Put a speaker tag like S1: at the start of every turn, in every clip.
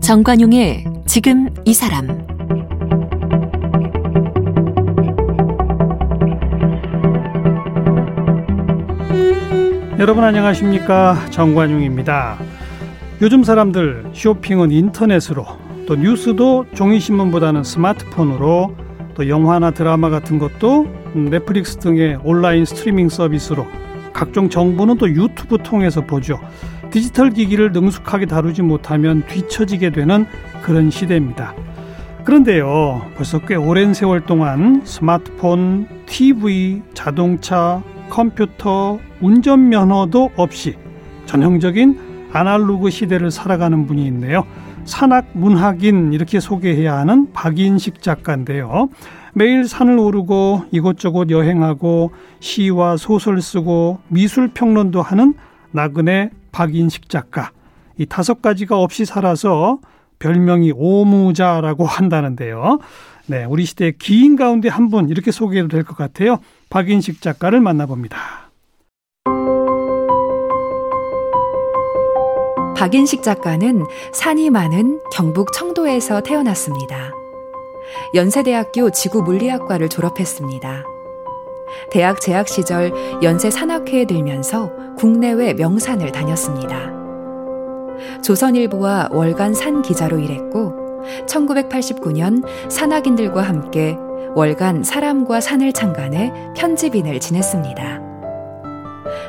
S1: 정관용의 지금 이 사람
S2: 여러분 안녕하십니까 정관용입니다. 요즘 사람들 쇼핑은 인터넷으로 또 뉴스도 종이 신문보다는 스마트폰으로 또 영화나 드라마 같은 것도 넷플릭스 등의 온라인 스트리밍 서비스로 각종 정보는 또 유튜브 통해서 보죠. 디지털 기기를 능숙하게 다루지 못하면 뒤처지게 되는 그런 시대입니다. 그런데요, 벌써 꽤 오랜 세월 동안 스마트폰, TV, 자동차, 컴퓨터, 운전면허도 없이 전형적인 아날로그 시대를 살아가는 분이 있네요. 산악 문학인 이렇게 소개해야 하는 박인식 작가인데요. 매일 산을 오르고 이곳저곳 여행하고 시와 소설 쓰고 미술 평론도 하는 나그네 박인식 작가. 이 다섯 가지가 없이 살아서 별명이 오무자라고 한다는데요. 네, 우리 시대의 기인 가운데 한 분 이렇게 소개해도 될 것 같아요. 박인식 작가를 만나봅니다.
S3: 박인식 작가는 산이 많은 경북 청도에서 태어났습니다. 연세대학교 지구물리학과를 졸업했습니다. 대학 재학 시절 연세 산악회에 들면서 국내외 명산을 다녔습니다. 조선일보와 월간 산 기자로 일했고 1989년 산악인들과 함께 월간 사람과 산을 창간해 편집인을 지냈습니다.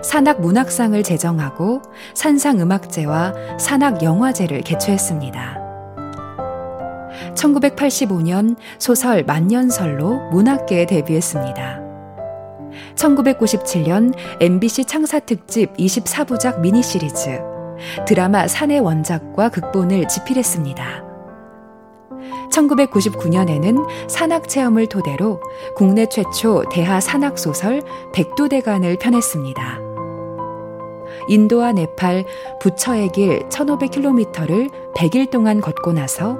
S3: 산악 문학상을 제정하고 산상 음악제와 산악 영화제를 개최했습니다. 1985년 소설 만년설로 문학계에 데뷔했습니다. 1997년 MBC 창사 특집 24부작 미니 시리즈 드라마 산의 원작과 극본을 집필했습니다. 1999년에는 산악 체험을 토대로 국내 최초 대하 산악 소설 백두대간을 펴냈습니다. 인도와 네팔 부처의 길 1500km를 100일 동안 걷고 나서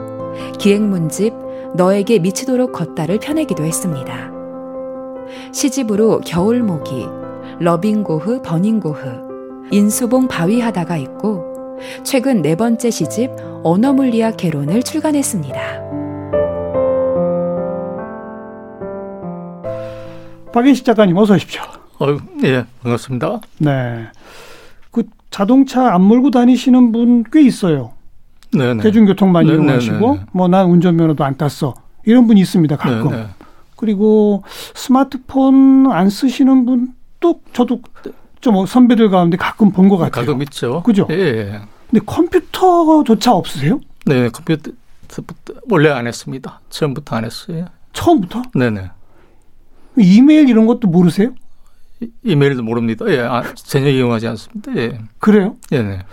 S3: 기행문집 너에게 미치도록 걷다를 펴내기도 했습니다. 시집으로 겨울모기, 러빙고흐 버닝고흐, 인수봉 바위하다가 있고 최근 네 번째 시집 언어물리학 개론을 출간했습니다.
S2: 박인식 작가님 어서 오십시오.
S4: 어유, 예, 반갑습니다.
S2: 네. 그 자동차 안 몰고 다니시는 분 꽤 있어요.
S4: 네, 네.
S2: 대중교통 많이
S4: 네, 네,
S2: 이용하시고
S4: 네, 네.
S2: 뭐 난 운전면허도 안 땄어. 이런 분이 있습니다. 가끔.
S4: 네, 네.
S2: 그리고 스마트폰 안 쓰시는 분 또 저도 좀 선배들 가운데 가끔 본 것 같아요.
S4: 가끔 있죠.
S2: 그죠?
S4: 예, 예.
S2: 근데 컴퓨터조차 없으세요?
S4: 네, 컴퓨터 원래 안 했습니다. 처음부터 안 했어요.
S2: 처음부터?
S4: 네, 네.
S2: 이메일 이런 것도 모르세요?
S4: 이- 이메일도 모릅니다. 예, 아, 전혀 이용하지 않습니다. 예,
S2: 그래요?
S4: 예, 네,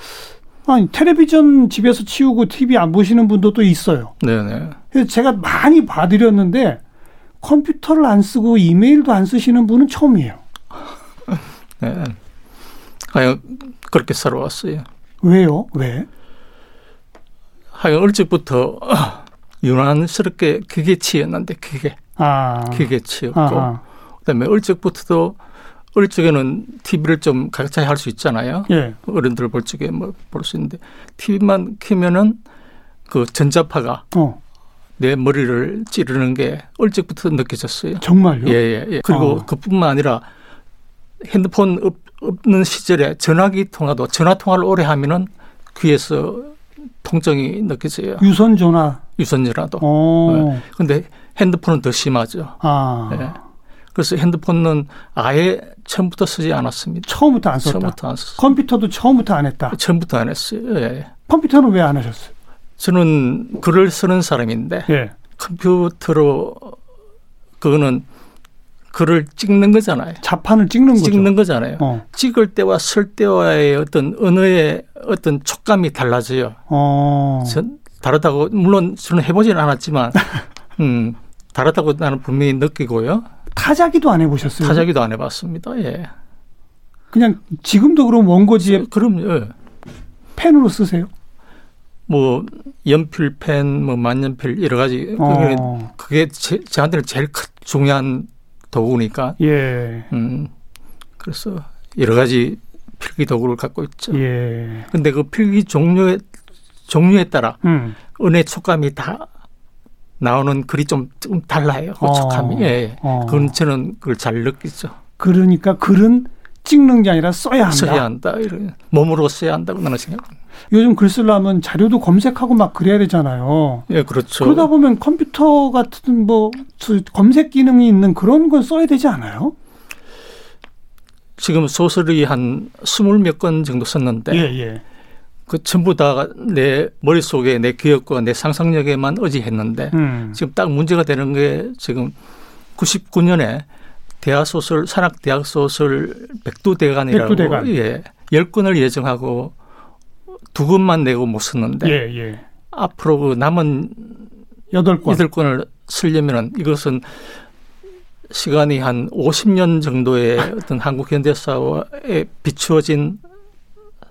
S2: 아니 텔레비전 집에서 치우고 TV 안 보시는 분도 또 있어요.
S4: 네, 네.
S2: 그래서 제가 많이 봐드렸는데 컴퓨터를 안 쓰고 이메일도 안 쓰시는 분은 처음이에요.
S4: 네. 하여간 그렇게 살아왔어요.
S2: 왜요? 왜?
S4: 하여간 일찍부터 유난스럽게 기계치였는데 기계,
S2: 아,
S4: 기계치였고
S2: 아하.
S4: 그다음에 일찍부터도 일찍에는 TV를 좀 각자 할 수 있잖아요.
S2: 예,
S4: 어른들 볼 적에 뭐볼 수 있는데 TV만 켜면은 그 전자파가
S2: 어,
S4: 내 머리를 찌르는 게 일찍부터 느껴졌어요.
S2: 정말요?
S4: 예예 예, 그리고
S2: 어.
S4: 그뿐만 아니라 핸드폰 없, 없는 시절에 전화기 통화도 전화 통화를 오래 하면은 귀에서 통증이 느껴져요.
S2: 유선 전화.
S4: 유선이라도.
S2: 어,
S4: 네. 근데 핸드폰은 더 심하죠.
S2: 아,
S4: 예. 그래서 핸드폰은 아예 처음부터 쓰지 않았습니다.
S2: 처음부터 안 썼다.
S4: 처음부터 안 썼어요.
S2: 컴퓨터도 처음부터 안 했다.
S4: 처음부터 안 했어요. 예.
S2: 컴퓨터는 왜 안 하셨어요?
S4: 저는 글을 쓰는 사람인데
S2: 예,
S4: 컴퓨터로 그거는 글을 찍는 거잖아요.
S2: 자판을 찍는 거죠.
S4: 찍는 거잖아요.
S2: 어,
S4: 찍을 때와 쓸 때와의 어떤 언어의 어떤 촉감이 달라져요.
S2: 어,
S4: 전 다르다고 물론 저는 해보지는 않았지만 음, 다르다고 나는 분명히 느끼고요.
S2: 타자기도 안 해보셨어요?
S4: 타자기도 안 해봤습니다. 예.
S2: 그냥 지금도 그럼 원고지에
S4: 그럼요.
S2: 펜으로 쓰세요?
S4: 예. 뭐 연필펜, 뭐 만년필 여러 가지 그게,
S2: 어,
S4: 그게 제, 저한테는 제일 큰 중요한 도구니까
S2: 예,
S4: 음, 그래서 여러 가지 필기 도구를 갖고 있죠.
S2: 예,
S4: 근데 그 필기 종류에 종류에 따라
S2: 음,
S4: 은의 촉감이 다 나오는 글이 좀, 좀 달라요. 그
S2: 어.
S4: 촉감이. 예, 예.
S2: 어.
S4: 그건 저는 그걸 잘 느끼죠.
S2: 그러니까 글은 찍는 게 아니라 써야 한다.
S4: 써야 한다. 이런 몸으로 써야 한다고 나는 생각.
S2: 요즘 글 쓰려면 자료도 검색하고 막 그래야 되잖아요.
S4: 예, 그렇죠.
S2: 그러다 보면 컴퓨터 같은 뭐저 검색 기능이 있는 그런 걸 써야 되지 않아요?
S4: 지금 소설이 한 스물 몇 건 정도 썼는데
S2: 예.
S4: 그 전부 다 내 머릿속에 내 기억과 내 상상력에만 의지했는데
S2: 음.
S4: 지금 딱 문제가 되는 게 지금 99년에 대학소설 산악 대학소설 백두대간이라고
S2: 백두대간.
S4: 예. 10권을 예정하고 두 권만 내고 못 썼는데
S2: 예, 예.
S4: 앞으로 그 남은
S2: 여덟 권.
S4: 여덟 권을 쓰려면은 이것은 시간이 한 50년 정도의 어떤 한국 현대사에 비추어진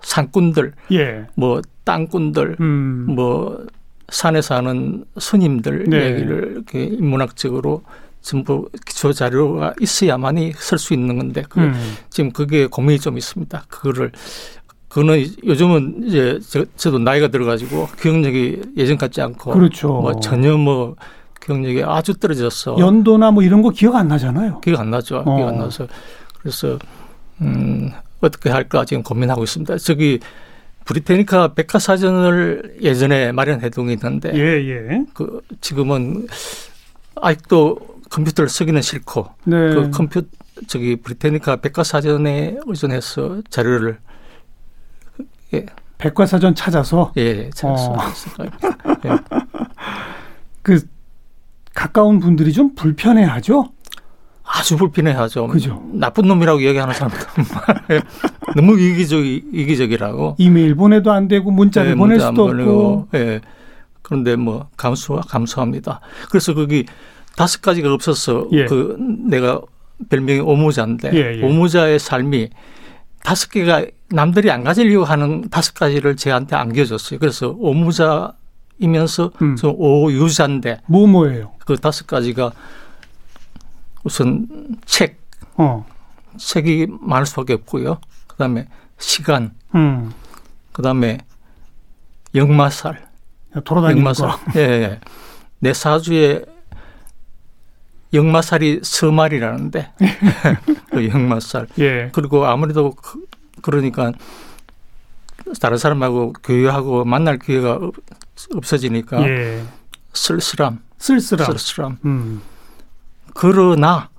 S4: 산꾼들,
S2: 예.
S4: 뭐 땅꾼들,
S2: 음.
S4: 뭐 산에 사는 스님들
S2: 네.
S4: 얘기를 이렇게 인문학적으로 전부 기초 자료가 있어야만이 쓸 수 있는 건데 그
S2: 음.
S4: 지금 그게 고민이 좀 있습니다. 그거를 그거는 이- 요즘은 이제 저, 저도 나이가 들어가지고 기억력이 예전 같지 않고
S2: 그렇죠.
S4: 뭐 전혀 뭐 기억력이 아주 떨어져서
S2: 연도나 뭐 이런 거 기억 안 나잖아요.
S4: 기억 안 나죠. 기억 안
S2: 어.
S4: 나서 그래서 음 어떻게 할까 지금 고민하고 있습니다. 저기 브리테니카 백과사전을 예전에 마련해 둔게 있는데
S2: 예, 예.
S4: 그 지금은 아직도 컴퓨터를 쓰기는 싫고
S2: 네.
S4: 그 컴퓨 저기 브리테니카 백과사전에 의존해서 자료를
S2: 백과사전 찾아서
S4: 예 찾았어.
S2: 어. 그 가까운 분들이 좀 불편해하죠.
S4: 아주 불편해하죠.
S2: 그죠.
S4: 나쁜 놈이라고 얘기하는 사람도 너무 이기적이 이기적이라고.
S2: 이메일 보내도 안 되고 네, 문자를
S4: 예,
S2: 보낼
S4: 문자 안
S2: 수도 없고.
S4: 보내고. 예. 그런데 뭐 감수 감수합니다. 그래서 거기 다섯 가지가 없어서
S2: 예.
S4: 그 내가 별명이 오모자인데
S2: 예, 예.
S4: 오모자의 삶이 다섯 개가 남들이 안 가지려고 하는 다섯 가지를 제한테 안겨줬어요. 그래서 오모자이면서
S2: 음.
S4: 저 오유자인데
S2: 뭐 뭐예요?
S4: 그 다섯 가지가 우선 책
S2: 어.
S4: 책이 많을 수밖에 없고요. 그다음에 시간,
S2: 음.
S4: 그다음에 역마살,
S2: 돌아다니는
S4: 역마살.
S2: 거.
S4: 예, 예. 내 사주에 역마살이 서말이라는데 그 역마살.
S2: 예.
S4: 그리고 아무래도 그- 그러니까 다른 사람하고 교류하고 만날 기회가 없- 없어지니까
S2: 예.
S4: 쓸쓸함,
S2: 쓸쓸함.
S4: 쓸쓸함.
S2: 음.
S4: 그러나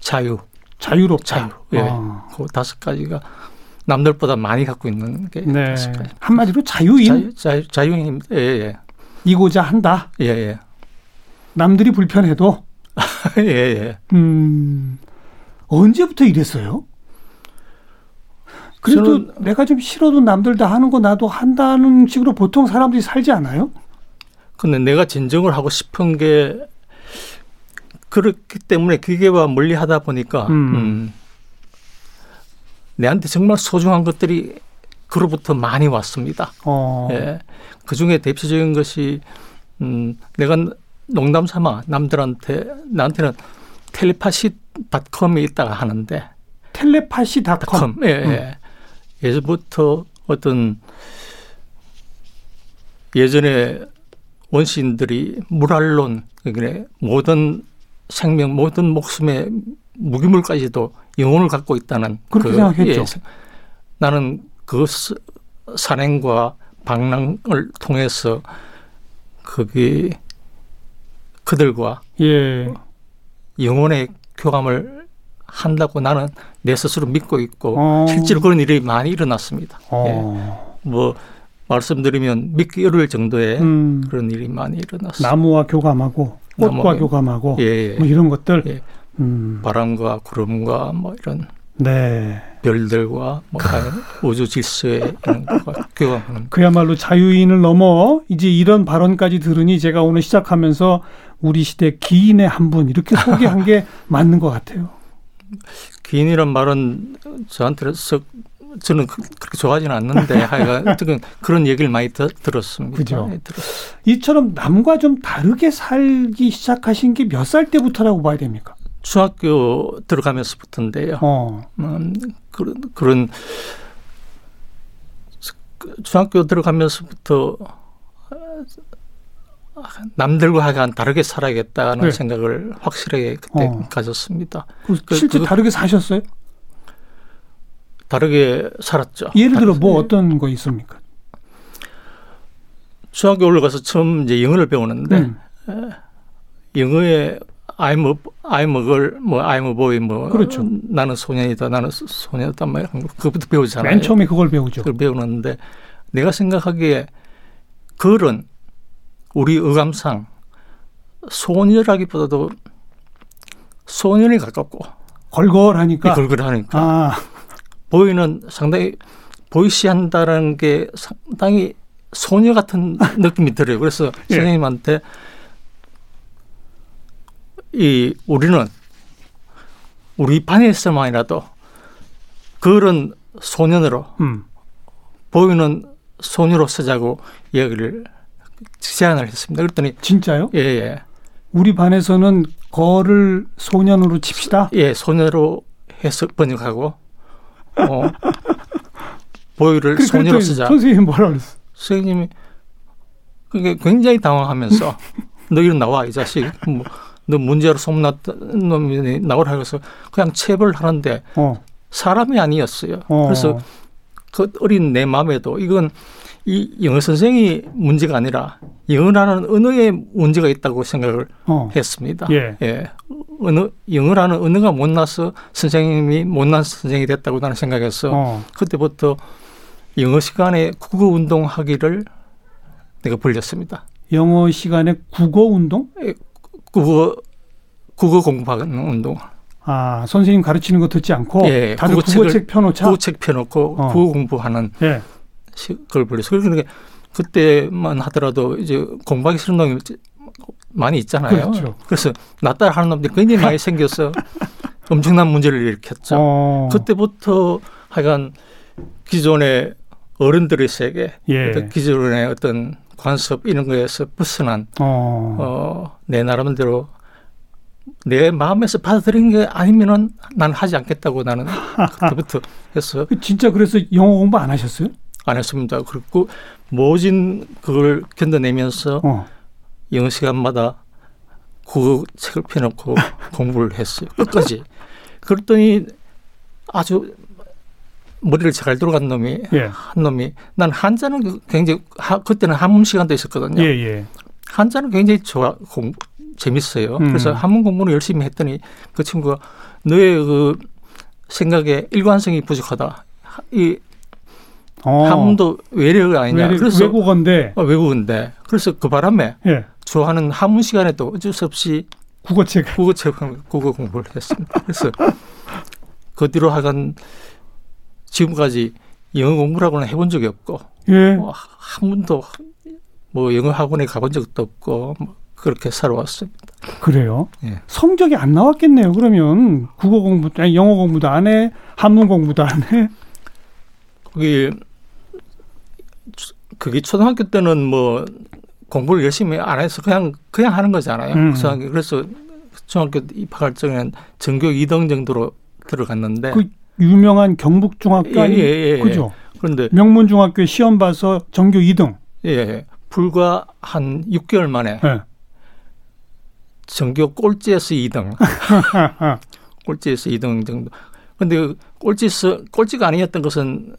S4: 자유,
S2: 자유롭다.
S4: 자유. 예.
S2: 어.
S4: 그 다섯 가지가 남들보다 많이 갖고 있는 게
S2: 네.
S4: 다섯 가지.
S2: 한마디로 자유인
S4: 자유, 자유, 자유인입니다. 예, 예.
S2: 이고자 한다.
S4: 예, 예.
S2: 남들이 불편해도
S4: 예, 예.
S2: 음. 언제부터 이랬어요? 그래도 내가 좀 싫어도 남들 다 하는 거 나도 한다는 식으로 보통 사람들이 살지 않아요?
S4: 근데 내가 진정을 하고 싶은 게 그렇기 때문에 기계와 멀리 하다 보니까,
S2: 음.
S4: 음. 내한테 정말 소중한 것들이 그로부터 많이 왔습니다.
S2: 어.
S4: 예. 그 중에 대표적인 것이, 음, 내가 농담 삼아 남들한테, 나한테는 텔레파시 닷컴이 있다가 하는데,
S2: 텔레파시닷컴.
S4: 컴. 예, 예. 예전부터 어떤 예전에 원시인들이 물알론, 그래 모든 생명, 모든 목숨의 무기물까지도 영혼을 갖고 있다는
S2: 그렇게 생각했죠.
S4: 예, 나는 그 스- 산행과 방랑을 통해서 그게 그들과
S2: 예.
S4: 영혼의 교감을 한다고 나는 내 스스로 믿고 있고
S2: 어.
S4: 실제로 그런 일이 많이 일어났습니다.
S2: 어.
S4: 뭐 말씀드리면 믿기 어려울 정도의
S2: 음.
S4: 그런 일이 많이 일어났습니다.
S2: 나무와 교감하고 꽃과
S4: 나무와
S2: 교감하고
S4: 예, 예.
S2: 뭐 이런 것들.
S4: 예.
S2: 음.
S4: 바람과 구름과 뭐 이런
S2: 네.
S4: 별들과 뭐 다른 우주 질서의 이런 것과 교감하는
S2: 그야말로 자유인을 넘어 이제 이런 발언까지 들으니 제가 오늘 시작하면서 우리 시대 기인의 한 분 이렇게 소개한 게 맞는 것 같아요.
S4: 기인이란 말은 저한테는 썩 저는 그- 그렇게 좋아하지는 않는데 하여간 어쨌든 그런 얘기를 많이 드- 들었습니다.
S2: 그죠.
S4: 네, 들었어요.
S2: 이처럼 남과 좀 다르게 살기 시작하신 게 몇 살 때부터라고 봐야 됩니까?
S4: 중학교 들어가면서부터인데요.
S2: 어.
S4: 음, 그런 그런 그 중학교 들어가면서부터 아, 남들과 하여간 다르게 살아야겠다는
S2: 네.
S4: 생각을 확실하게 그때
S2: 어.
S4: 가졌습니다.
S2: 그,
S4: 그-
S2: 실제
S4: 그거-
S2: 다르게 사셨어요?
S4: 다르게 살았죠.
S2: 예를 들어 뭐 어떤 거 있습니까?
S4: 중학교 올라가서 처음 이제 영어를 배우는데
S2: 음.
S4: 영어에 I'm a, I'm a girl, 뭐 I'm a boy, 뭐
S2: 그렇죠.
S4: 나는 소년이다, 나는 소- 소녀다, 뭐 이런 거 그것부터 배우잖아요.
S2: 맨 처음에 그걸 배우죠.
S4: 그걸 배우는데 내가 생각하기에 글은 우리 어감상 소녀라기보다도 소년에 가깝고 네,
S2: 걸걸하니까.
S4: 이글글하니까
S2: 아,
S4: 보이는 상당히 보이시한다라는 게 상당히 소녀 같은 느낌이 들어요. 그래서
S2: 예.
S4: 선생님한테 이 우리는 우리 반에서만이라도 글은 소년으로
S2: 음.
S4: 보이는 소녀로 쓰자고 이야기를 제안을 했습니다. 그랬더니
S2: 진짜요?
S4: 예예
S2: 우리 반에서는 거를 소년으로 칩시다.
S4: 예, 예, 소녀로 해서 번역하고 어, 보이를
S2: 그래,
S4: 소녀로
S2: 그랬더니
S4: 쓰자.
S2: 선생님이 뭐라 그랬어?
S4: 선생님이 그게 굉장히 당황하면서 너 이리 나와 이 자식 뭐, 너 문제로 소문났던 놈이 나오라 해서 그냥 체벌하는데
S2: 어.
S4: 사람이 아니었어요.
S2: 어.
S4: 그래서 그 어린 내 마음에도 이건 이 영어 선생이 문제가 아니라 영어라는 언어에 문제가 있다고 생각을
S2: 어.
S4: 했습니다.
S2: 예.
S4: 언어 영어라는 언어가 못나서 선생님이 못난 선생이 됐다고 나는 생각해서
S2: 어.
S4: 그때부터 영어 시간에 국어 운동하기를 내가 벌렸습니다.
S2: 영어 시간에 국어 운동?
S4: 국어 국어 공부하는 운동.
S2: 아, 선생님 가르치는 거 듣지 않고
S4: 예,
S2: 다들
S4: 국어책을-
S2: 국어책 펴놓자.
S4: 국어책 펴놓고
S2: 어.
S4: 국어 공부하는
S2: 예.
S4: 시- 그걸 벌렸어요. 그러니까 그때만 하더라도 이제 공부하기 싫은 놈이 이제 많이 있잖아요.
S2: 그렇죠.
S4: 래서나 따라 하는 놈들이 굉장히 많이 생겨서 엄청난 문제를 일으켰죠.
S2: 어.
S4: 그때부터 하여간 기존의 어른들의 세계,
S2: 예.
S4: 어떤 기존의 어떤 관습 이런 거에서 벗어난
S2: 어.
S4: 어, 내 나름대로 내 마음에서 받아들인 게 아니면은 난 하지 않겠다고 나는 그때부터 해서
S2: 그 진짜 그래서 영어 공부 안 하셨어요?
S4: 안 했습니다. 그리고 모진 그걸 견뎌내면서
S2: 어.
S4: 영어 시간마다 국어 책을 펴놓고 공부를 했어요. 끝까지. 그랬더니 아주 머리를 잘 들어간 놈이
S2: 예.
S4: 한 놈이 난 한자는 굉장히 하- 그때는 한문 시간도 있었거든요.
S2: 예, 예.
S4: 한자는 굉장히 좋아 공 재밌어요.
S2: 음.
S4: 그래서 한문 공부를 열심히 했더니 그 친구가 너의 그 생각에 일관성이 부족하다. 하- 이
S2: 어.
S4: 한문도 외래어가 아니냐.
S2: 외래-
S4: 그래서
S2: 외국어인데
S4: 어, 외국어인데 그래서 그 바람에
S2: 예.
S4: 좋아하는 한문 시간에 또 어쩔 수 없이
S2: 국어책.
S4: 국어 책 국어 공부를 했습니다. 그래서 그 뒤로 하간 지금까지 영어 공부라고는 해본 적이 없고
S2: 예.
S4: 뭐, 한 번도 뭐 영어 학원에 가본 적도 없고 뭐 그렇게 살아왔어요.
S2: 그래요.
S4: 예.
S2: 성적이 안 나왔겠네요. 그러면 국어 공부, 아니 영어 공부도 안 해, 한문 공부도 안 해.
S4: 그게 그게 초등학교 때는 뭐 공부를 열심히 안 해서 그냥 그냥 하는 거잖아요.
S2: 음.
S4: 초등학교. 그래서 중학교 입학할 적에는 전교 2등 정도로 들어갔는데
S2: 그 유명한 경북중학교
S4: 예,
S2: 아니
S4: 예, 예.
S2: 그죠?
S4: 그런데
S2: 명문중학교 시험 봐서 전교 2등.
S4: 예, 불과 한 6개월 만에
S2: 예.
S4: 전교 꼴찌에서 2등,
S2: 아,
S4: 꼴찌에서 2등 정도. 근데 그 꼴찌에서 꼴찌가 아니었던 것은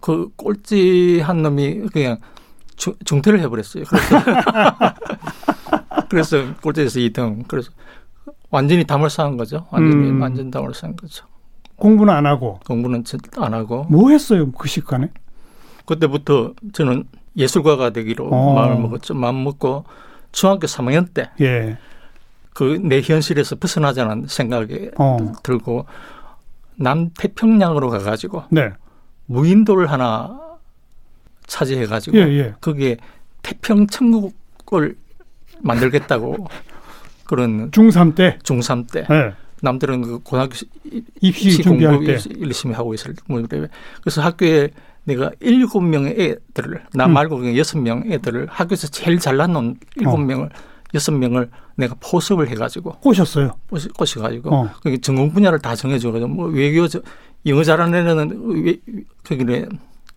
S4: 그 꼴찌 한 놈이 그냥 중, 중퇴를 해버렸어요. 그래서, 그래서 꼴찌에서 2등. 그래서 완전히 담을 쌓은 거죠. 완전히
S2: 음.
S4: 완전 담을 쌓은 거죠.
S2: 공부는 안 하고
S4: 공부는 진- 안 하고
S2: 뭐 했어요 그 시간에?
S4: 그때부터 저는 예술가가 되기로
S2: 어.
S4: 마음을 먹었죠. 마음 먹고 중학교 3학년 때
S2: 예.
S4: 그 내 현실에서 벗어나자는 생각이
S2: 어.
S4: 들고 남태평양으로 가가지고
S2: 네.
S4: 무인도를 하나 차지해가지고
S2: 예, 예.
S4: 거기에 태평 천국을 만들겠다고 그런
S2: 중3 때.
S4: 중3 때
S2: 예.
S4: 남들은 그 고등학교 시-
S2: 입시
S4: 시
S2: 준비할
S4: 공부
S2: 때.
S4: 열심히 하고 있을 무렵에 그래서 학교에 내가 일곱 명의 애들을 나
S2: 음.
S4: 말고 그냥 여섯 명 애들을 학교에서 제일 잘난 놈 일곱
S2: 어.
S4: 명을 여섯 명을 내가 포섭을 해가지고
S2: 꼬셨어요.
S4: 꼬시- 꼬셔가지고
S2: 어.
S4: 그 전공 분야를 다 정해줘가지고 뭐 외교 저- 영어 잘하는 애는 외, 그기래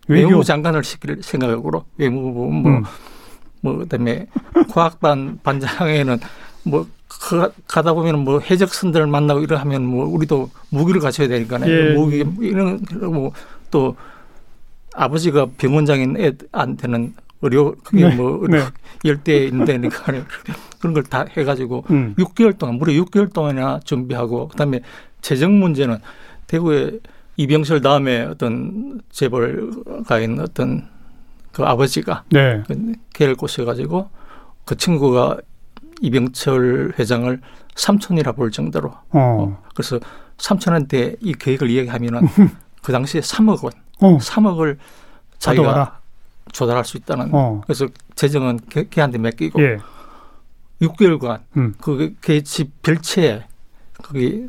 S2: 외교.
S4: 외무부 장관을 시킬 생각으로 외무부 뭐
S2: 음.
S4: 뭐 그다음에 과학반 반장에는 뭐 가- 가다 보면 은뭐 해적선들 만나고 이러 하면 뭐 우리도 무기를 갖춰야 되니까
S2: 예.
S4: 무기 이런 뭐또 아버지가 병원장인 애한테는 의료 그게
S2: 네,
S4: 뭐
S2: 네.
S4: 열대인데니까 그런 걸 다 해가지고
S2: 음.
S4: 6개월 동안 무려 6개월 동안이나 준비하고 그다음에 재정 문제는 대구에 이병철 다음에 어떤 재벌가인 어떤 그 아버지가
S2: 네.
S4: 그 걔를 꼬셔가지고 그 친구가 이병철 회장을 삼촌이라 볼 정도로
S2: 어.
S4: 그래서 삼촌한테 이 계획을 이야기하면은 그 당시에 3억 원,
S2: 어.
S4: 3억을 자기가
S2: 가져가라.
S4: 조달할 수 있다는
S2: 어.
S4: 그래서 재정은 걔, 걔한테 맡기고
S2: 예.
S4: 6개월간
S2: 음.
S4: 그걔집 별채에 거기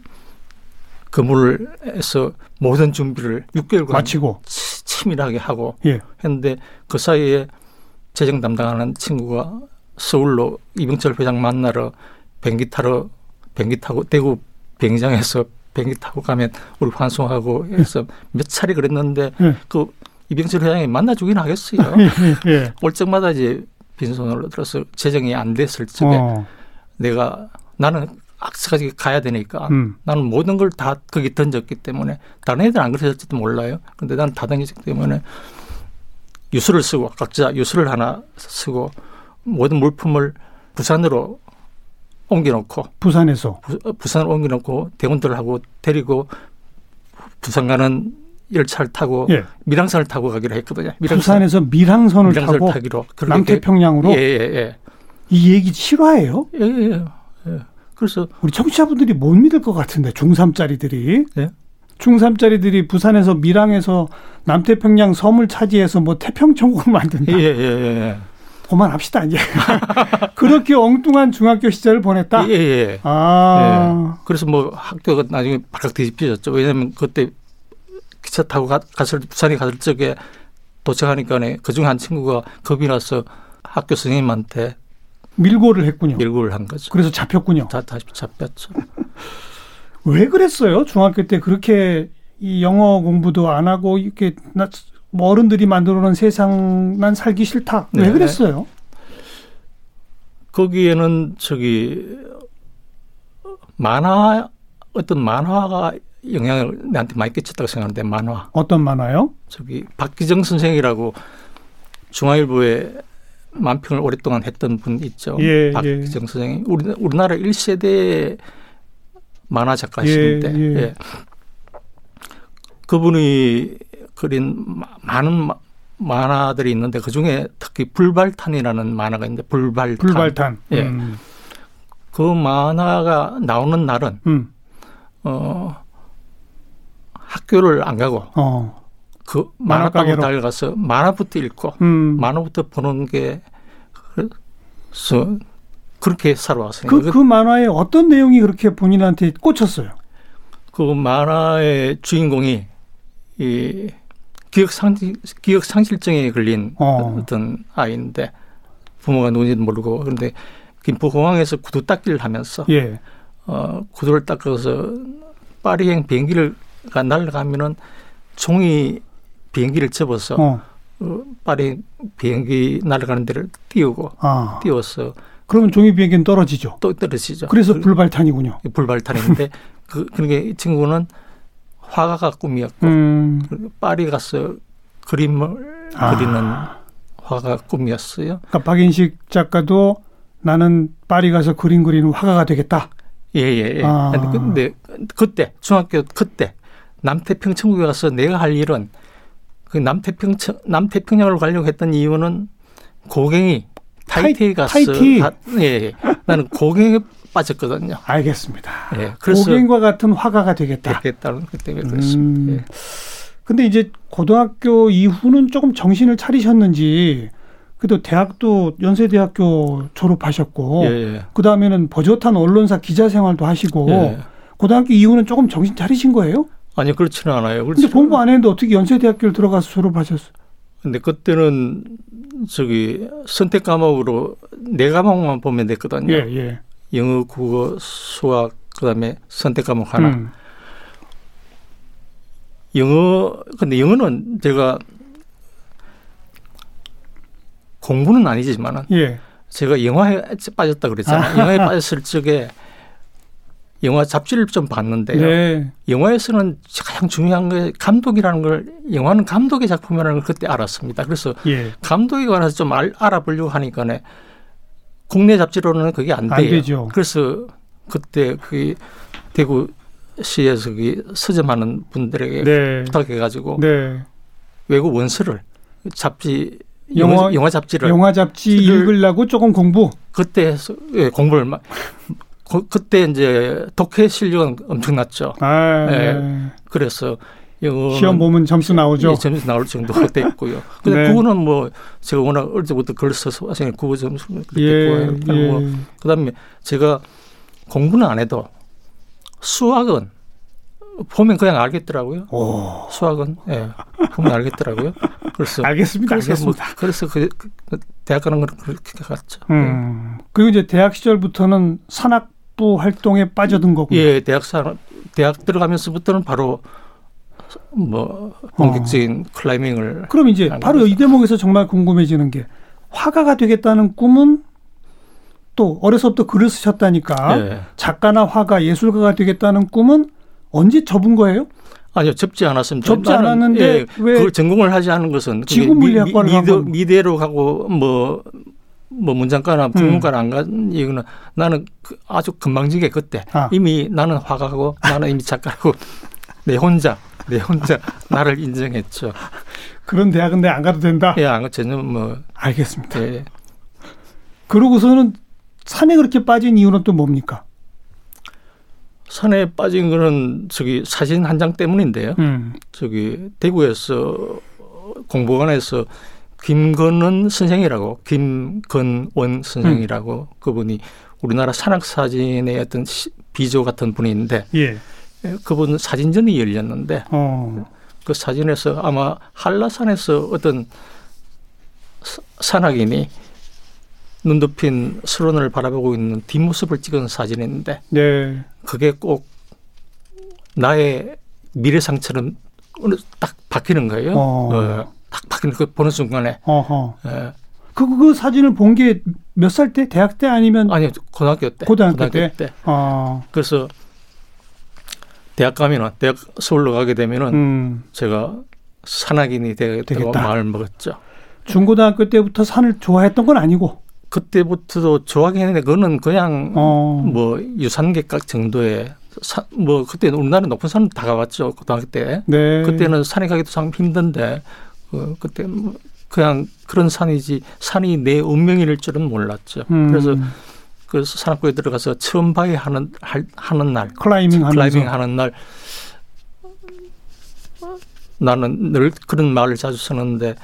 S4: 그물을 해서 모든 준비를 6개월간 그러니까? 어?
S2: 마치고.
S4: 치- 치밀하게 하고
S2: 예.
S4: 했는데 그 사이에 재정 담당하는 친구가 서울로 이병철 회장 만나러 비행기 타러 비행기 타고 대구 비행장에서 비행기 타고 가면 우리 환송하고 해서 몇 차례 그랬는데
S2: 예.
S4: 그 이병철 회장이 만나주긴 하겠어요.
S2: 예. 예.
S4: 올 적마다 이제 빈손으로 들어서 재정이 안 됐을 적에
S2: 어.
S4: 내가 나는 악스까지 가야 되니까
S2: 음.
S4: 나는 모든 걸 다 거기 던졌기 때문에 다른 애들 안 그랬을지도 몰라요. 근데 난 다 던졌기 때문에 유수를 쓰고 각자 유수를 하나 쓰고 모든 물품을 부산으로 옮겨놓고
S2: 부산에서.
S4: 부, 부산을 옮겨놓고 대원들하고 데리고 부산 가는 열차를 타고
S2: 예.
S4: 밀항선을 타고 가기로 했거든요.
S2: 부산에서 밀항선을
S4: 밀항선을
S2: 타고
S4: 타기로 그렇게
S2: 남태평양으로
S4: 예, 예, 예.
S2: 이 얘기 실화예요?
S4: 예, 예, 예. 그래서
S2: 우리 청취자분들이 못 믿을 것 같은데 중3짜리들이
S4: 예?
S2: 중3짜리들이 부산에서 밀항에서 남태평양 섬을 차지해서 뭐 태평천국을 만든다.
S4: 예, 예, 예.
S2: 그만합시다 이제. 그렇게 엉뚱한 중학교 시절을 보냈다.
S4: 예, 예, 예.
S2: 아.
S4: 그래서 뭐 학교가 나중에 바짝 뒤집혀졌죠. 왜냐하면 그때 기차 타고 가, 갔을 부산에 갔을 적에 도착하니까 네, 그중 한 친구가 겁이 나서 학교 선생님한테
S2: 밀고를 했군요.
S4: 밀고를 한 거죠.
S2: 그래서 잡혔군요.
S4: 다 다시 잡혔죠.
S2: 왜 그랬어요? 중학교 때 그렇게 이 영어 공부도 안 하고 이렇게 나, 뭐 어른들이 만들어 놓은 세상 난 살기 싫다. 왜
S4: 네.
S2: 그랬어요?
S4: 거기에는 저기 만화 어떤 만화가 영향을 나한테 많이 끼쳤다고 생각하는데 만화
S2: 어떤 만화요?
S4: 저기 박기정 선생이라고 중앙일보에 만평을 오랫동안 했던 분 있죠.
S2: 예,
S4: 박기정 선생이 우리 우리나라 1세대 만화 작가시는데
S2: 예, 예.
S4: 그분이 그린 마- 많은 마- 만화들이 있는데 그 중에 특히 불발탄이라는 만화가 있는데 불발탄.
S2: 불발탄.
S4: 예.
S2: 음.
S4: 그 만화가 나오는 날은
S2: 음.
S4: 어 학교를 안 가고
S2: 어.
S4: 그
S2: 만화
S4: 만화방에
S2: 가게로.
S4: 달려가서 만화부터 읽고
S2: 음.
S4: 만화부터 보는 게 그래서 그렇게 살아왔으니까
S2: 그,
S4: 그,
S2: 그 만화의 어떤 내용이 그렇게 본인한테 꽂혔어요?
S4: 그 만화의 주인공이 이 기억 상실 기억 상실증에 걸린
S2: 어.
S4: 어. 떤 아이인데 부모가 누군지도 모르고 그런데 김포공항에서 구두 닦기를 하면서
S2: 예.
S4: 어, 구두를 닦아서 파리행 비행기를 가 날아가면은 종이 비행기를 접어서
S2: 어.
S4: 어, 파리 비행기 날아가는 데를 띄우고
S2: 아.
S4: 띄워서
S2: 그러면 종이 비행기는 떨어지죠.
S4: 또 떨어지죠.
S2: 그래서 불발탄이군요.
S4: 불발탄인데 그 그러니까 이 친구는 화가가 꿈이었고
S2: 음.
S4: 파리 가서 그림을
S2: 아.
S4: 그리는 화가 꿈이었어요.
S2: 그러니까 박인식 작가도 나는 파리 가서 그림 그리는 화가가 되겠다.
S4: 예예. 예.
S2: 아.
S4: 근데 근데 그때 중학교 그때 남태평 천국에 가서 내가 할 일은 그 남태평 천- 남태평양을 가려고 했던 이유는 고갱이
S2: 타이-
S4: 타이티에 가서
S2: 타이티.
S4: 가- 예, 예. 나는 고갱에 빠졌거든요.
S2: 알겠습니다.
S4: 예. 그래서
S2: 고갱과 같은 화가가 되겠다.
S4: 됐다는 그 때문에
S2: 음.
S4: 그랬습니다. 예.
S2: 근데 이제 고등학교 이후는 조금 정신을 차리셨는지 그래도 대학도 연세대학교 졸업하셨고
S4: 예, 예.
S2: 그 다음에는 버젓한 언론사 기자 생활도 하시고
S4: 예.
S2: 고등학교 이후는 조금 정신 차리신 거예요?
S4: 아니 그렇지는 않아요.
S2: 근데 공부 안 했는데 어떻게 연세대학교를 들어가서 졸업하셨어요?
S4: 근데 그때는 저기 선택 과목으로 네 과목만 보면 됐거든요.
S2: 예.
S4: 영어, 국어, 수학 그다음에 선택 과목 하나.
S2: 음.
S4: 영어 근데 영어는 제가 공부는 아니지만은
S2: 예.
S4: 제가 영화에 빠졌다 그랬잖아요. 영화에 빠졌을 적에 영화 잡지를 좀 봤는데요.
S2: 네.
S4: 영화에서는 가장 중요한 게 감독이라는 걸 영화는 감독의 작품이라는 걸 그때 알았습니다. 그래서
S2: 예.
S4: 감독에 관해서 좀 알, 알아보려고 하니까는 국내 잡지로는 그게 안 돼요.
S2: 안 되죠.
S4: 그래서 그때 그 대구시에서 그 서점하는 분들에게
S2: 네.
S4: 부탁해가지고
S2: 네.
S4: 외국 원서를 잡지 영화,
S2: 영화-
S4: 영화, 잡지를
S2: 영화 잡지
S4: 를-
S2: 읽으려고 조금 공부.
S4: 그때 해서, 예, 공부를 막 그, 그때 이제 독해 실력은 엄청났죠.
S2: 아,
S4: 예.
S2: 네.
S4: 그래서 영어
S2: 시험 보면 점수 나오죠.
S4: 점수 나올 정도가 됐고요. 근데
S2: 네.
S4: 국어는 뭐 제가 워낙 어릴 때부터 글을 써서 선생님 국어 점수는
S2: 예.
S4: 그렇게 구워요.
S2: 예.
S4: 뭐 그다음에 제가 공부는 안 해도 수학은 보면 그냥 알겠더라고요.
S2: 오.
S4: 수학은 예 보면 알겠더라고요. 그래서
S2: 아, 알겠습니다.
S4: 그래서
S2: 알겠습니다.
S4: 뭐 그래서 그, 그- 그 대학 가는 건 그렇게 갔죠.
S2: 음.
S4: 네.
S2: 그리고 이제 대학 시절부터는 산악부 활동에 빠져든 거고.
S4: 예, 대학 사 대학 들어가면서부터는 바로 뭐 본격적인 클라이밍을
S2: 그럼 이제
S4: 안
S2: 바로 이 대목에서 정말 궁금해지는 게 화가가 되겠다는 꿈은 또 어려서부터 글을 쓰셨다니까
S4: 예.
S2: 작가나 화가 예술가가 되겠다는 꿈은 언제 접은 거예요?
S4: 아니요 접지 않았습니다.
S2: 접지
S4: 나는,
S2: 않았는데
S4: 예,
S2: 왜-
S4: 그걸 전공을 하지 않은 것은 그게
S2: 지구 물리학과를
S4: 미,
S2: 간
S4: 미,
S2: 건-
S4: 미대, 로 가고 뭐. 뭐 문장과나
S2: 음.
S4: 국문과를 안 간 이유는 나는 그 아주 금방지게 그때
S2: 아.
S4: 이미 나는 화가고 나는 이미 작가고 내 혼자 내 혼자 나를 인정했죠.
S2: 그런 대학은 내 안 가도 된다.
S4: 예, 안 전혀 뭐
S2: 알겠습니다.
S4: 예,
S2: 그러고서는 산에 그렇게 빠진 이유는 또 뭡니까?
S4: 산에 빠진 거는 저기 사진 한 장 때문인데요.
S2: 음.
S4: 저기 대구에서 공보관에서 김건은 선생이라고 김건원 선생이라고 그분이 우리나라 산악 사진의 어떤 시- 비조 같은 분인데
S2: 예.
S4: 예, 그분 사진전이 열렸는데
S2: 어.
S4: 그 사진에서 아마 한라산에서 어떤 사- 산악인이 눈 덮인 수론을 바라보고 있는 뒷모습을 찍은 사진인데
S2: 네.
S4: 그게 꼭 나의 미래상처럼 어느 딱 박히는 거예요.
S2: 어.
S4: 어, 딱 박히는 그 보는 순간에
S2: 어허.
S4: 예.
S2: 그, 그 사진을 본 게 몇 살 때? 대학 때 아니면?
S4: 아니 고등학교 때
S2: 고등학교 때? 어.
S4: 그래서 대학 가면은 대학 서울로 가게 되면은
S2: 음.
S4: 제가 산악인이 되겠다고
S2: 되겠다.
S4: 마음을 먹었죠.
S2: 중고등학교 때부터 산을 좋아했던 건 아니고.
S4: 그때부터도 좋아하긴 했는데 그거는 그냥
S2: 어.
S4: 뭐 유산객각 정도의 사, 뭐 그때 우리나라 높은 산은 다 가봤죠 고등학교 때.
S2: 네.
S4: 그때는 산에 가기도 참 힘든데 어, 그때 뭐 그냥 그런 산이지 산이 내 운명일 줄은 몰랐죠.
S2: 음.
S4: 그래서 그래서 산악구에 들어가서 처음 바위 하는 할- 하는 날,
S2: 클라이밍 하면서.
S4: 클라이밍 하는 날 나는 늘 그런 말을 자주 쓰는데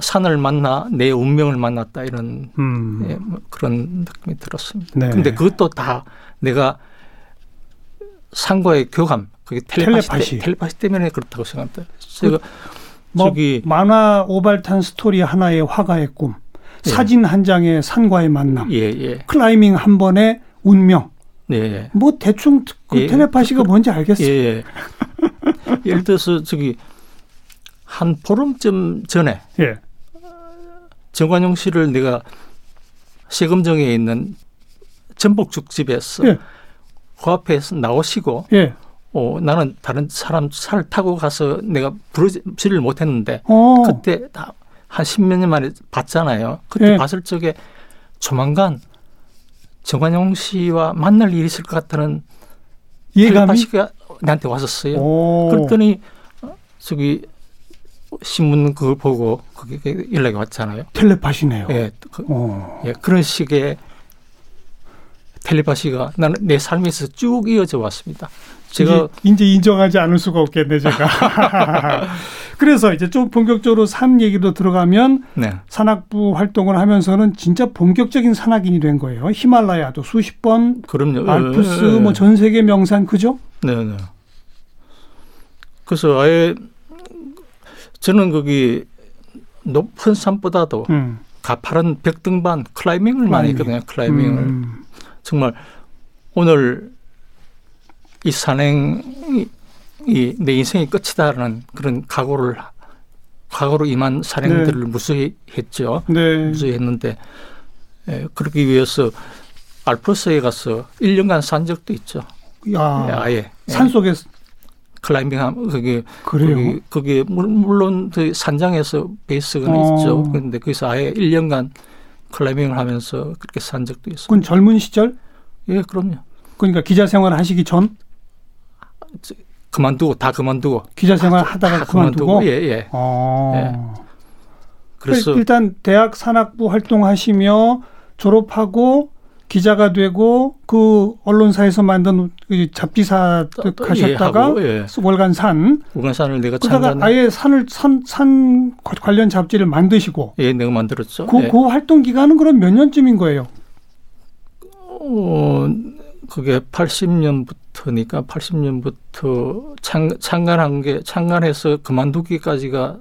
S4: 산을 만나 내 운명을 만났다 이런
S2: 음.
S4: 예, 뭐 그런 느낌이 들었습니다.
S2: 네.
S4: 근데 그것도 다 내가 상과의 교감, 그게 텔레파시,
S2: 텔레파시.
S4: 테- 텔레파시 때문에 그렇다고 생각합니다. 제가
S2: 뭐
S4: 저기
S2: 만화 오발탄 스토리 하나의 화가의 꿈, 사진 한 장의 산과의 만남,
S4: 예. 예예
S2: 클라이밍 한 번의 운명.
S4: 예. 예.
S2: 뭐 대충 그
S4: 예.
S2: 텔레파시가 뭔지
S4: 예,
S2: 알겠어요.
S4: 예. 예를 들어서 저기 한 보름쯤 전에
S2: 예.
S4: 정관용 씨를 내가 세금정에 있는 전복죽 집에서
S2: 예.
S4: 그 앞에서 나오시고
S2: 예.
S4: 어, 나는 다른 사람 차를 타고 가서 내가 부르지를 못했는데
S2: 어.
S4: 그때 다- 한 십몇 년 만에 봤잖아요. 그때
S2: 예.
S4: 봤을 적에 조만간 정관용 씨와 만날 일이 있을 것 같다는
S2: 예감이.
S4: 텔레파시가 나한테 왔었어요.
S2: 오.
S4: 그랬더니 어, 저기 신문 그걸 보고 그게 그게 연락이 왔잖아요.
S2: 텔레파시네요.
S4: 예, 그,
S2: 어.
S4: 예, 그런 식의 텔레파시가 나는 내 삶에서 쭉 이어져 왔습니다. 제가
S2: 이제, 이제 인정하지 않을 수가 없겠네 제가. 그래서 이제 좀 본격적으로 산 얘기로 들어가면
S4: 네.
S2: 산악부 활동을 하면서는 진짜 본격적인 산악인이 된 거예요. 히말라야도 수십 번,
S4: 그럼요.
S2: 알프스
S4: 예, 예,
S2: 뭐 전 세계 명산 그죠?
S4: 네, 네. 그래서 아예 저는 거기 높은 산보다도
S2: 음.
S4: 가파른 벽등반 클라이밍을 많이 했거든요. 클라이밍을
S2: 음.
S4: 정말 오늘 이 산행이 내 인생의 끝이다라는 그런 각오를 각오로 임한 산행들을 무수히 했죠.
S2: 네.
S4: 무수히 했는데 예, 그러기 위해서 알프스에 가서 1년간 산 적도 있죠. 예,
S2: 야,
S4: 아예 예,
S2: 산 속에 서
S4: 클라이밍 하면 그게
S2: 그래요.
S4: 거기, 거기에 물- 물론 그 산장에서 베이스가
S2: 어.
S4: 있죠. 그런데 거기서 아예 1년간 클라이밍을 하면서 그렇게 산 적도 있어요.
S2: 그건 젊은 시절,
S4: 예, 그럼요.
S2: 그러니까 기자 생활 하시기 전,
S4: 그만두고 다 그만두고
S2: 기자 생활 하다가
S4: 아, 다
S2: 그만두고.
S4: 예, 예.
S2: 어.
S4: 그래서
S2: 일단 대학 산악부 활동하시며 졸업하고 기자가 되고 그 언론사에서 만든 이 잡지사
S4: 또- 또
S2: 그, 가셨다가
S4: 예, 하고, 예.
S2: 월간 산
S4: 우간산을 내가
S2: 그러다가
S4: 참관
S2: 아예 산을 산, 산 관련 잡지를 만드시고
S4: 예, 내가 만들었죠.
S2: 그,
S4: 예.
S2: 그 활동 기간은 그럼 몇 년쯤인 거예요?
S4: 어, 그게 80년부터니까 80년부터 창, 창간한 게 창간해서 그만두기까지가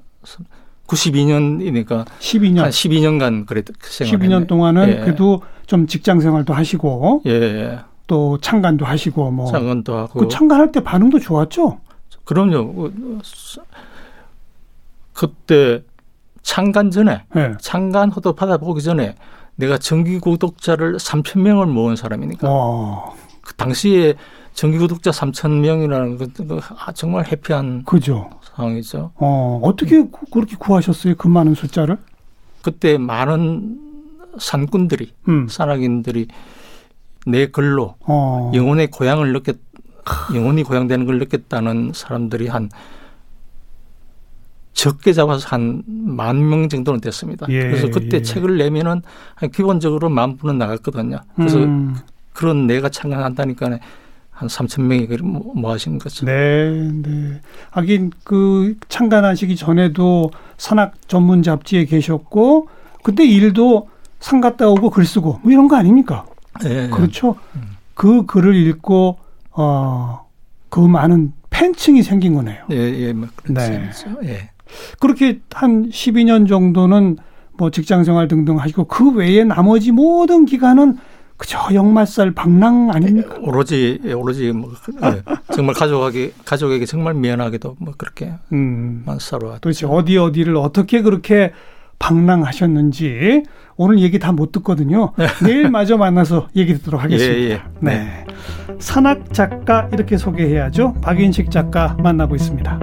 S4: 92년이니까
S2: 12년
S4: 한 12년간 그랬 생활했네.
S2: 12년 동안은
S4: 예.
S2: 그래도 좀 직장 생활도 하시고
S4: 예, 예.
S2: 또 창간도 하시고 뭐 그
S4: 장관도 하고
S2: 창간할 때 반응도 좋았죠?
S4: 그럼요. 그, 그때 창간 전에
S2: 예.
S4: 창간 허도 받아보기 전에 내가 정기 구독자를 3천 명을 모은
S2: 어.
S4: 사람이니까
S2: 와,
S4: 그 당시에 정기 구독자 3천 명이라는 건 그거 아, 정말 해피한
S2: 그죠.
S4: 상황이죠.
S2: 어, 어떻게 구- 그렇게 구하셨어요? 그 많은 숫자를?
S4: 그때 많은 산꾼들이
S2: 음.
S4: 산악인들이 내 글로
S2: 어.
S4: 영혼의 고향을 느꼈 영혼이 고향되는 걸 느꼈다는 사람들이 한 적게 잡아서 한 만 명 정도는 됐습니다.
S2: 예,
S4: 그래서 그때
S2: 예.
S4: 책을 내면은 한 기본적으로 만 분은 나갔거든요. 그래서
S2: 음.
S4: 그런 내가 참관한다니까 한 3천 명이 그럼 뭐- 뭐 하신 거죠.
S2: 네, 네. 하긴 그 창간하시기 전에도 산악 전문 잡지에 계셨고 그때 일도 산 갔다 오고 글 쓰고 뭐 이런 거 아닙니까?
S4: 예,
S2: 그렇죠. 그 글을 읽고 어, 그 많은 팬층이 생긴 거네요.
S4: 예, 예, 뭐 그런
S2: 네.
S4: 셈이죠. 예.
S2: 그렇게 한 12년 정도는 뭐 직장 생활 등등 하시고 그 외에 나머지 모든 기간은 그저 역말살 방랑 아닙니까?
S4: 오로지 예, 오로지 뭐 예. 정말 가족에게 가족에게 정말 미안하게도 뭐 그렇게
S2: 음.
S4: 만 살아왔죠.
S2: 도대체 어디 어디를 어떻게 그렇게 방랑하셨는지 오늘 얘기 다 못 듣거든요. 내일 마저 만나서 얘기 듣도록 하겠습니다.
S4: 네. 예, 예.
S2: 네. 산악 작가 이렇게 소개해야죠. 박인식 작가 만나고 있습니다.